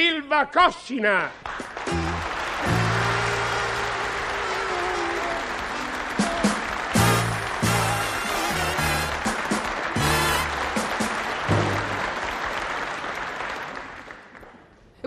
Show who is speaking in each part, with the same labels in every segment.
Speaker 1: Silva Coscina.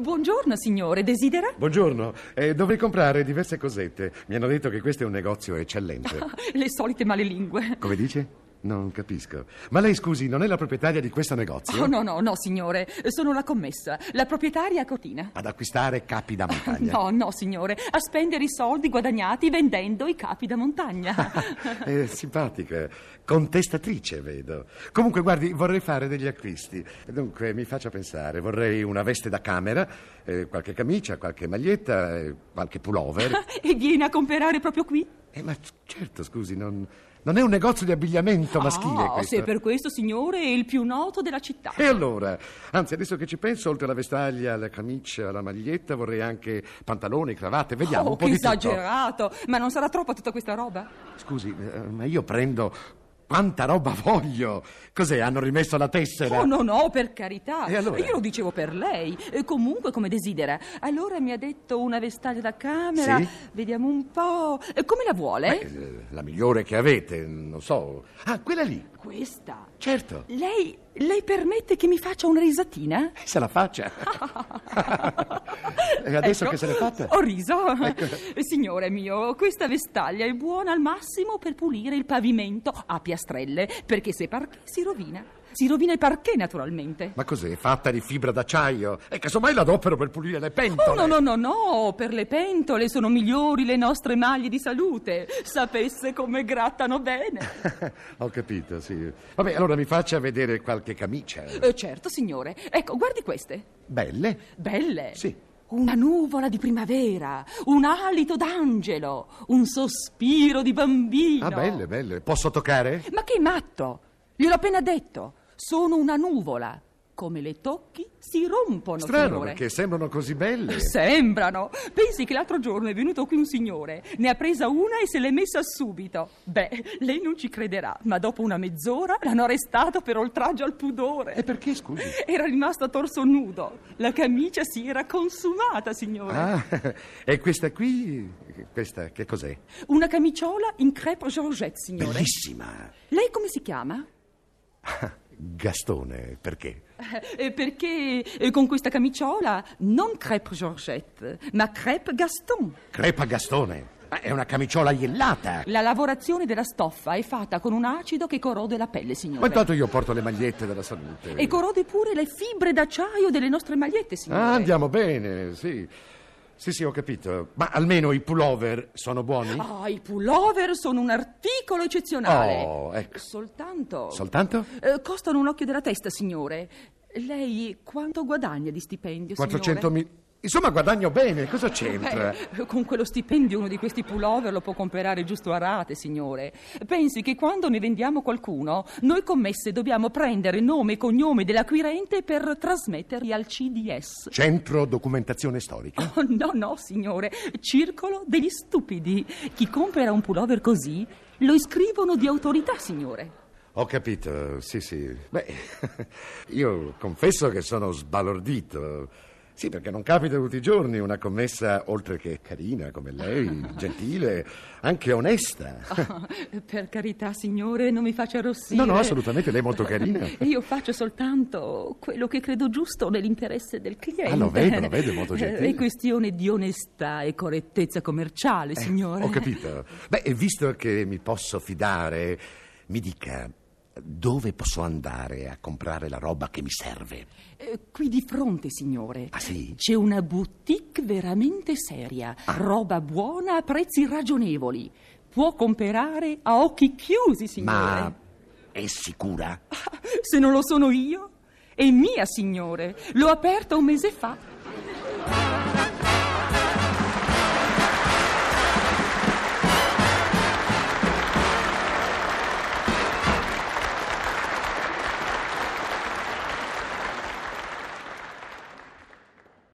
Speaker 2: Buongiorno, signore. Desidera?
Speaker 3: Buongiorno, eh, dovrei comprare diverse cosette. Mi hanno detto che questo è un negozio eccellente.
Speaker 2: Le solite malelingue.
Speaker 3: Come dice? Non capisco. Ma lei, scusi, non è la proprietaria di questo negozio?
Speaker 2: Oh, no, no, no, signore. Sono la commessa, la proprietaria a Cotina.
Speaker 3: Ad acquistare capi da montagna.
Speaker 2: No, no, signore. A spendere i soldi guadagnati vendendo i capi da montagna.
Speaker 3: È simpatica, Eh, contestatrice, vedo. Comunque, guardi, vorrei fare degli acquisti. Dunque, mi faccia pensare, vorrei una veste da camera, eh, qualche camicia, qualche maglietta, eh, qualche pullover.
Speaker 2: e viene a comprare proprio qui?
Speaker 3: Eh, ma c- certo, scusi, non, non è un negozio di abbigliamento maschile
Speaker 2: Ah,
Speaker 3: questo.
Speaker 2: se per questo, signore, è il più noto della città.
Speaker 3: E allora? Anzi, adesso che ci penso, oltre alla vestaglia, alla camicia, alla maglietta, vorrei anche pantaloni, cravatte, vediamo
Speaker 2: oh,
Speaker 3: un po'
Speaker 2: che
Speaker 3: di
Speaker 2: esagerato. Ma non sarà troppo tutta questa roba?
Speaker 3: tutto. Scusi, eh, ma io prendo quanta roba voglio. Cos'è? Hanno rimesso la tessera?
Speaker 2: Oh, no, no, per carità.
Speaker 3: Eh. E allora?
Speaker 2: Io lo dicevo per lei. Eh, comunque, come desidera. Allora mi ha detto una vestaglia da camera.
Speaker 3: Sì.
Speaker 2: Vediamo un po'. Eh, come la vuole?
Speaker 3: Eh, La migliore che avete, non so. Ah, quella lì,
Speaker 2: Questa.
Speaker 3: certo.
Speaker 2: Lei, lei permette che mi faccia una risatina?
Speaker 3: Eh, Se la faccia. e adesso
Speaker 2: Ecco,
Speaker 3: che se l'è fatta? Ecco.
Speaker 2: Ho riso. Eh, Signore mio, questa vestaglia è buona al massimo per pulire il pavimento a piastrelle, perché se parquet si rovina. Si rovina il parquet, naturalmente.
Speaker 3: Ma cos'è? Fatta di fibra d'acciaio? E casomai l'adopero per pulire le pentole.
Speaker 2: Oh, no, no, no, no, per le pentole sono migliori le nostre maglie di salute. Sapesse come grattano bene.
Speaker 3: Ho capito, sì. Vabbè, allora mi faccia vedere qualche camicia.
Speaker 2: Eh, certo, signore. Ecco, guardi queste.
Speaker 3: Belle?
Speaker 2: Belle.
Speaker 3: Sì.
Speaker 2: Una nuvola di primavera, un alito d'angelo, un sospiro di bambino.
Speaker 3: Ah, belle, belle. Posso toccare?
Speaker 2: Ma che matto! Gliel'ho appena detto. Sono una nuvola. Come le tocchi, si rompono.
Speaker 3: Strano, Eh
Speaker 2: signore.
Speaker 3: perché sembrano così belle.
Speaker 2: Sembrano. Pensi che l'altro giorno è venuto qui un signore, ne ha presa una e se l'è messa subito. Beh, lei non ci crederà, ma dopo una mezz'ora l'hanno arrestato per oltraggio al
Speaker 3: E
Speaker 2: pudore.
Speaker 3: perché, scusi?
Speaker 2: Era rimasto a torso nudo. La camicia si era consumata, signore.
Speaker 3: Ah, e questa qui, questa che cos'è?
Speaker 2: Una camiciola in crepe Georgette, signore.
Speaker 3: Bellissima.
Speaker 2: Lei come si chiama?
Speaker 3: Gastone, perché?
Speaker 2: Eh, perché eh, con questa camiciola non crepe Georgette, ma crepe Gaston.
Speaker 3: Crepa Gastone. Ma è una camiciola iellata.
Speaker 2: La lavorazione della stoffa è fatta con un acido che corrode la pelle,
Speaker 3: Ma
Speaker 2: signore.
Speaker 3: intanto io porto le magliette della salute.
Speaker 2: E corrode pure le fibre d'acciaio delle nostre magliette, signore.
Speaker 3: Ah, andiamo bene, sì. Sì, sì, ho capito. Ma almeno i pullover sono buoni?
Speaker 2: Ah, i pullover sono un articolo eccezionale.
Speaker 3: Oh, ecco.
Speaker 2: Soltanto.
Speaker 3: Soltanto?
Speaker 2: Eh, costano un occhio della testa, signore. Lei quanto guadagna di stipendio,
Speaker 3: 400
Speaker 2: signore?
Speaker 3: mila. Insomma, guadagno bene, cosa c'entra?
Speaker 2: Beh, Eh, con quello stipendio uno di questi pullover lo può comprare giusto a rate, signore. Pensi che quando ne vendiamo qualcuno, noi commesse dobbiamo prendere nome e cognome dell'acquirente per trasmetterli al CDS.
Speaker 3: Centro documentazione storica.
Speaker 2: Oh, no, no, signore, circolo degli stupidi. Chi compra un pullover così lo iscrivono di autorità, signore.
Speaker 3: Ho capito, sì, sì. Beh, io confesso che sono sbalordito. Sì, perché non capita tutti i giorni una commessa, oltre che carina come lei, gentile, anche onesta.
Speaker 2: Ah, per carità, signore, non mi faccia arrossire.
Speaker 3: No, no, assolutamente, lei è molto carina.
Speaker 2: Io faccio soltanto quello che credo giusto nell'interesse del cliente.
Speaker 3: Ah, lo vedo, lo vedo, è molto gentile.
Speaker 2: Eh, È questione di onestà e correttezza commerciale, signore.
Speaker 3: Ho capito. Beh, e visto che mi posso fidare, mi dica dove posso andare a comprare la roba che mi serve.
Speaker 2: Eh, qui di fronte, signore.
Speaker 3: Ah, sì? Ah.
Speaker 2: C'è una boutique veramente seria, roba buona a prezzi ragionevoli. Può comprare a occhi chiusi, signore.
Speaker 3: Ma è sicura?
Speaker 2: Se non lo sono io, è mia, signore. L'ho aperta un mese fa